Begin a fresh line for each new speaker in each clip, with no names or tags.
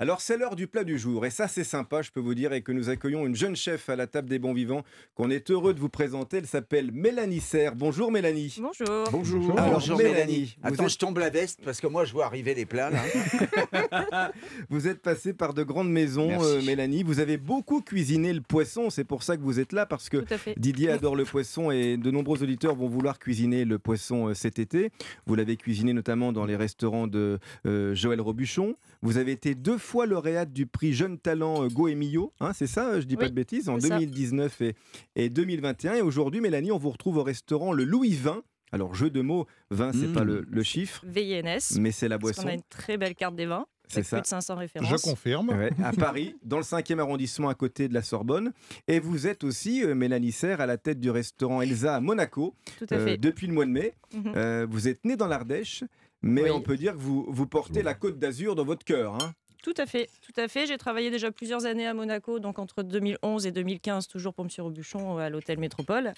Alors c'est l'heure du plat du jour et ça c'est sympa, je peux vous dire, et que nous accueillons une jeune chef à la table des bons vivants qu'on est heureux de vous présenter. Elle s'appelle Mélanie Serre. Bonjour Mélanie.
Bonjour.
Bonjour.
Alors,
Bonjour
Mélanie,
Mélanie.
vous
Attends,
êtes-
je tombe la veste parce que moi je vois arriver les plats là.
Vous êtes passée par de grandes maisons,
Merci.
euh, Mélanie. Vous avez beaucoup cuisiné le poisson, c'est pour ça que vous êtes là, parce que
Tout à fait.
Didier adore le poisson et de nombreux auditeurs vont vouloir cuisiner le poisson euh, cet été. Vous l'avez cuisiné notamment dans les restaurants de euh, Joël Robuchon. Vous avez été deux fois lauréate du prix Jeune Talent euh, Goemio, hein, c'est ça, euh, je dis pas
Oui,
de bêtises, en
c'est ça.
2019 et, et 2021. Et aujourd'hui, Mélanie, on vous retrouve au restaurant Le Louis Vin. Alors, jeu de mots, vin, c'est
Mmh.
pas le, le chiffre,
VINS.
mais c'est la
Parce
boisson.
qu'on a une très belle carte des vins.
C'est
avec
ça.
Plus de 500
Je
références.
confirme.
Ouais, à Paris, dans le 5e arrondissement à côté de la Sorbonne. Et vous êtes aussi, euh, Mélanie Serre, à la tête du restaurant Elsa à Monaco
Tout à
euh,
fait.
depuis le mois de mai.
Mhm.
Euh, vous êtes née dans l'Ardèche, mais
Oui.
on peut dire que vous, vous portez la côte d'Azur dans votre cœur. hein.
Tout à fait. Tout à fait. J'ai travaillé déjà plusieurs années à Monaco, donc entre 2011 et 2015, toujours pour Monsieur Robuchon euh, à l'hôtel Métropole.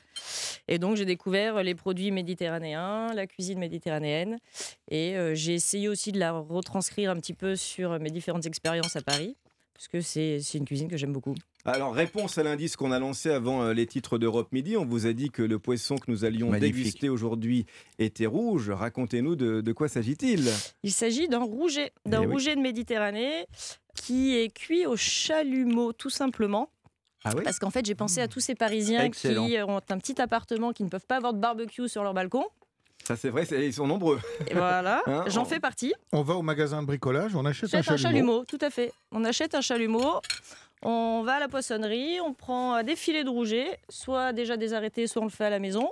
Et donc j'ai découvert euh, les produits méditerranéens, la cuisine méditerranéenne, et euh, j'ai essayé aussi de la retranscrire un petit peu sur euh, mes différentes expériences à Paris, parce que c'est c'est une cuisine que j'aime beaucoup.
Alors, réponse à l'indice qu'on a lancé avant euh, les titres d'Europe Midi. On vous a dit que le poisson que nous allions
Magnifique.
déguster aujourd'hui était rouge. Racontez-nous de, de quoi s'agit-il
Il s'agit d'un rouget, d'un
Eh oui.
rouget de Méditerranée qui est cuit au chalumeau, tout simplement.
Ah oui
Parce qu'en fait, j'ai pensé à tous ces Parisiens
Excellent.
qui euh, ont un petit appartement, qui ne peuvent pas avoir de barbecue sur leur balcon.
Ça, c'est vrai, c'est- ils sont nombreux.
Et voilà,
Hein, on-
j'en fais partie.
On va au magasin de bricolage, on achète un
J'achète un
chalumeau.
chalumeau, tout à fait. On achète un chalumeau, on va à la poissonnerie, on prend euh, des filets de rouget, soit déjà des arrêtés, soit on le fait à la maison.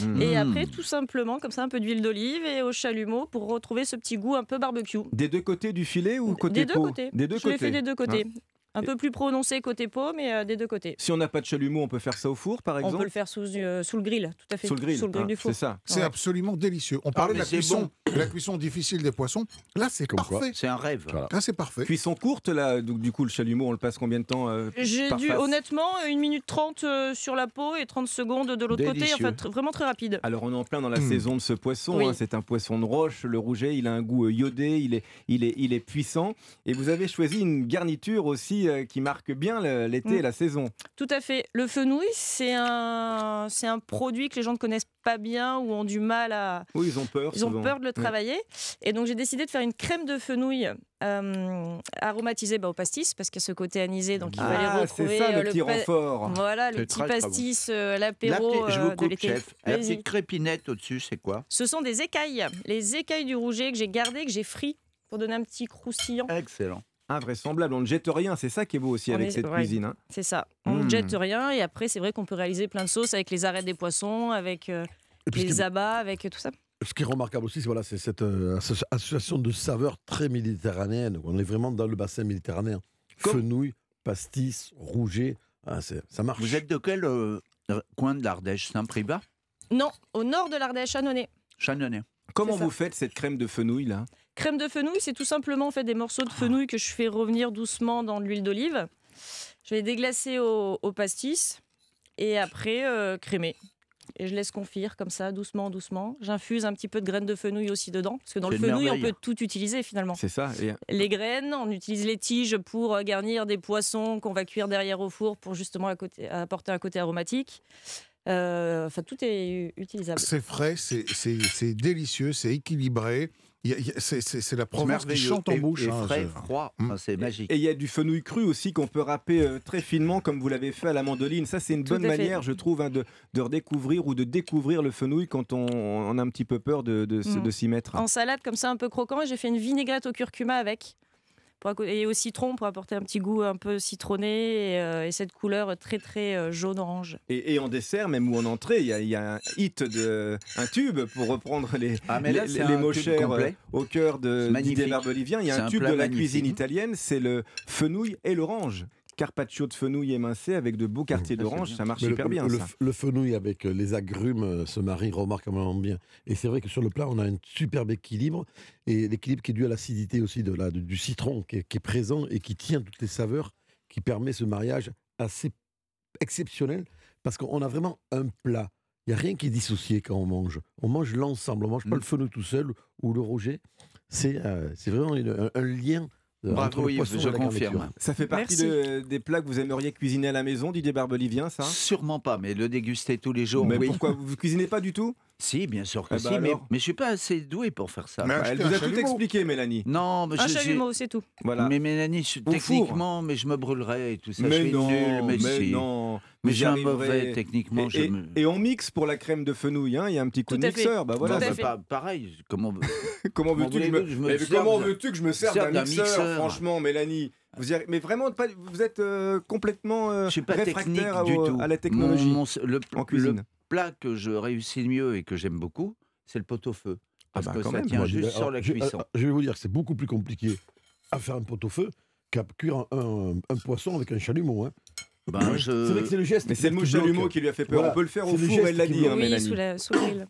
Mm.
Et
Mmh.
après, tout simplement, comme ça, un peu d'huile d'olive et au chalumeau pour retrouver ce petit goût un peu barbecue.
Des deux côtés du filet ou côté
des deux
peau
côtés.
Des deux
Je l'ai fait
côtés. Hein.
des deux côtés. Un peu plus prononcé côté peau, mais euh, des deux côtés.
Si on n'a pas de chalumeau, on peut faire ça au four, par
On
exemple
peut le faire sous, euh, sous le grill, tout à fait.
Sous le grill. hein,
du four.
C'est ça.
C'est
Ouais.
absolument délicieux. On parlait
Ah, mais
de la
c'est
cuisson, de la cuisson difficile des poissons. Là, c'est
Comme quoi.
parfait.
C'est un rêve.
Là, c'est parfait.
Cuisson courte, là, donc du coup, le chalumeau, on le passe combien de temps euh,
J'ai
par
dû,
face
honnêtement, 1 minute 30 euh, sur la peau et 30 secondes de l'autre côté.
Délicieux.
Enfin, tr- vraiment très rapide.
Alors on est en plein dans la
Hmm.
saison de ce poisson,
Oui.
hein, c'est un poisson de roche, le rouget, il a un goût euh, iodé, il est, il, est, il est puissant, et vous avez choisi une garniture aussi euh, qui marque bien le- l'été
Hmm.
et la saison.
Tout à fait. Le fenouil, c'est un, c'est un produit que les gens ne connaissent pas bien ou ont du mal à.
Oui, ils ont peur.
Ils ont
souvent.
peur de le
Ouais.
travailler. Et donc, j'ai décidé de faire une crème de fenouil euh, aromatisée bah, au pastis, parce qu'il y a ce côté anisé. Donc, il fallait
Ah, c'est
retrouver
ça
euh,
le petit
pa-
renfort.
Voilà, le
C'est
petit
très, très
pastis, euh,
La
l'apéro
petite- je
euh,
vous
de
coupe,
l'été.
chef. La
Allez-y.
petite crépinette au-dessus, c'est quoi
Ce sont des écailles, les écailles du rouget que j'ai gardées, que j'ai frites pour donner un petit croustillant.
Excellent.
Invraisemblable, on ne jette rien, c'est ça qui est beau aussi
On
avec
est-
cette
ouais.
cuisine. hein.
C'est ça. On ne
Mmh.
Mm.
jette rien et après, c'est vrai qu'on peut réaliser plein de sauces avec les arêtes des poissons, avec euh,
Et puis ce,
les
qui,
abats, avec tout ça.
ce qui est remarquable aussi, c'est voilà, c'est cette euh, asso- association de saveurs très méditerranéenne. On est vraiment dans le bassin méditerranéen.
Comme-
Fenouil, pastis, rouget, ah, c'est- ça marche.
Vous êtes de quel euh, coin de l'Ardèche Saint-Privat
Non, au nord de l'Ardèche, à Nonay.
Channonnet.
Comment
ça.
vous faites cette crème de fenouil là
Crème de fenouil, c'est tout simplement en fait des morceaux
Ah.
de fenouil que je fais revenir doucement dans de l'huile d'olive. Je vais les déglacer au, au pastis et après euh, crémer. Et je laisse confire comme ça, doucement, doucement. J'infuse un petit peu de graines de fenouil aussi dedans, parce que dans
C'est
le fenouil, on
merveille.
peut tout utiliser finalement.
C'est ça. et-
Les graines, on utilise les tiges pour euh, garnir des poissons qu'on va cuire derrière au four pour justement à côté- apporter un côté aromatique. Euh, Enfin, tout est u- utilisable.
C'est frais, c'est- c'est c'est délicieux, c'est équilibré. Il y a- il y a- C'est c'est- c'est la Provence qui
Merveilleux.
chante en
Et-
bouche.
et
hein,
frais,
c'est-
froid.
Mm.
Ah, c'est magique.
Et il y a du fenouil cru aussi qu'on peut râper euh, très finement, comme vous l'avez fait à la mandoline. Ça, c'est une
Tout
bonne
à fait.
manière, je trouve, hein, de, de redécouvrir ou de découvrir le fenouil quand on, on a un petit peu peur de, de, s-
Mm.
de s'y mettre.
En salade, comme ça, un peu croquant, et j'ai fait une vinaigrette au curcuma avec. pour acco- et au citron pour apporter un petit goût un peu citronné et, euh, et cette couleur très très euh, jaune-orange.
Et, et en dessert, même ou en entrée, il y, a- il y a un hit, de, un tube, pour reprendre les,
Ah, mais là,
les-
c'est
les
un
mots
tube
chers euh,
complet.
au cœur de
C'est magnifique.
Didier Barbelivien. Il y
C'est
a un,
un
tube de
plat
la
magnifique.
cuisine italienne, c'est le fenouil et l'orange. Carpaccio de fenouil émincé avec de beaux quartiers
ça, c'est
d'orange,
bien.
ça marche
Ah, Mais le,
super bien.
le-
ça.
le fenouil avec euh, les agrumes euh, se marie remarquablement bien. Et c'est vrai que sur le plat, on a un superbe équilibre. Et l'équilibre qui est dû à l'acidité aussi de la, du citron qui est, qui est présent et qui tient toutes les saveurs, qui permet ce mariage assez exceptionnel. Parce qu'on a vraiment un plat. Il n'y a rien qui est dissocié quand on mange. On mange l'ensemble. On mange pas
Mm.
le fenouil tout seul ou le roger. C'est euh, c'est vraiment une- un, un lien euh,
Bravo,
entre le
Yves,
poisson
je
et la garniture.
confirme.
Ça fait partie
Merci.
de- des plats que vous aimeriez cuisiner à la maison, Didier Barbelivien, ça
Sûrement pas, mais le déguster tous les jours,
hein Mais
oui.
pourquoi vous cuisinez pas du tout
Si, bien sûr que
Eh
si,
ben
mais,
alors.
mais je suis pas assez doué pour faire ça.
Mais-
Bah,
Acheter
Elle vous
un
a tout
chalumeau.
expliqué, Mélanie.
Non, mais
Un
je suis...
chalumeau, c'est tout.
Voilà.
Mais Mélanie, je-
Au four.
techniquement, mais je me brûlerais et tout ça. je suis
non,
nul, mais,
mais
si.
non. vous
Mais
y
j'ai un
arriverez.
mauvais techniquement.
Et,
je
et-
me-
et on mixe pour la crème de fenouil, hein, il y a un petit coup
Tout
de
à fait.
mixeur. Bah
Bah,
voilà,
Tout à
bah,
fait.
pa- pareil, comment
Comment
Comment
veux-tu que je me,
voulez-vous que je me
Mais
serve
comment
d'un-
veux-tu que je me serve
serve
d'un
d'un
mixeur,
mixeur
Franchement, Mélanie, vous y arri- mais vraiment pas- vous êtes euh, complètement euh,
je suis pas technique
réfractaire à,
du
au-
tout.
à la technologie
Mon- mon- le,
en
le
cuisine.
plat que je réussis le mieux et que j'aime beaucoup, c'est le pot-au-feu.
Ah
Parce
bah,
que
quand
ça
même,
tient
Moi, je
juste
dirais-
sur la
alors, je,
cuisson.
alors, je vais vous dire que c'est beaucoup plus compliqué à faire un pot-au-feu qu'à cuire un, un- un poisson avec un chalumeau. hein.
Ben,
C'est vrai
je...
que c'est le geste.
Mais c'est le mot
qui bloque.
chalumeau qui lui a fait peur.
Voilà.
On peut le faire au
C'est le
four,
geste
elle l'a
qui
dit,
bloque.
hein,
Oui,
Mélanie.
sous, la, sous le grill.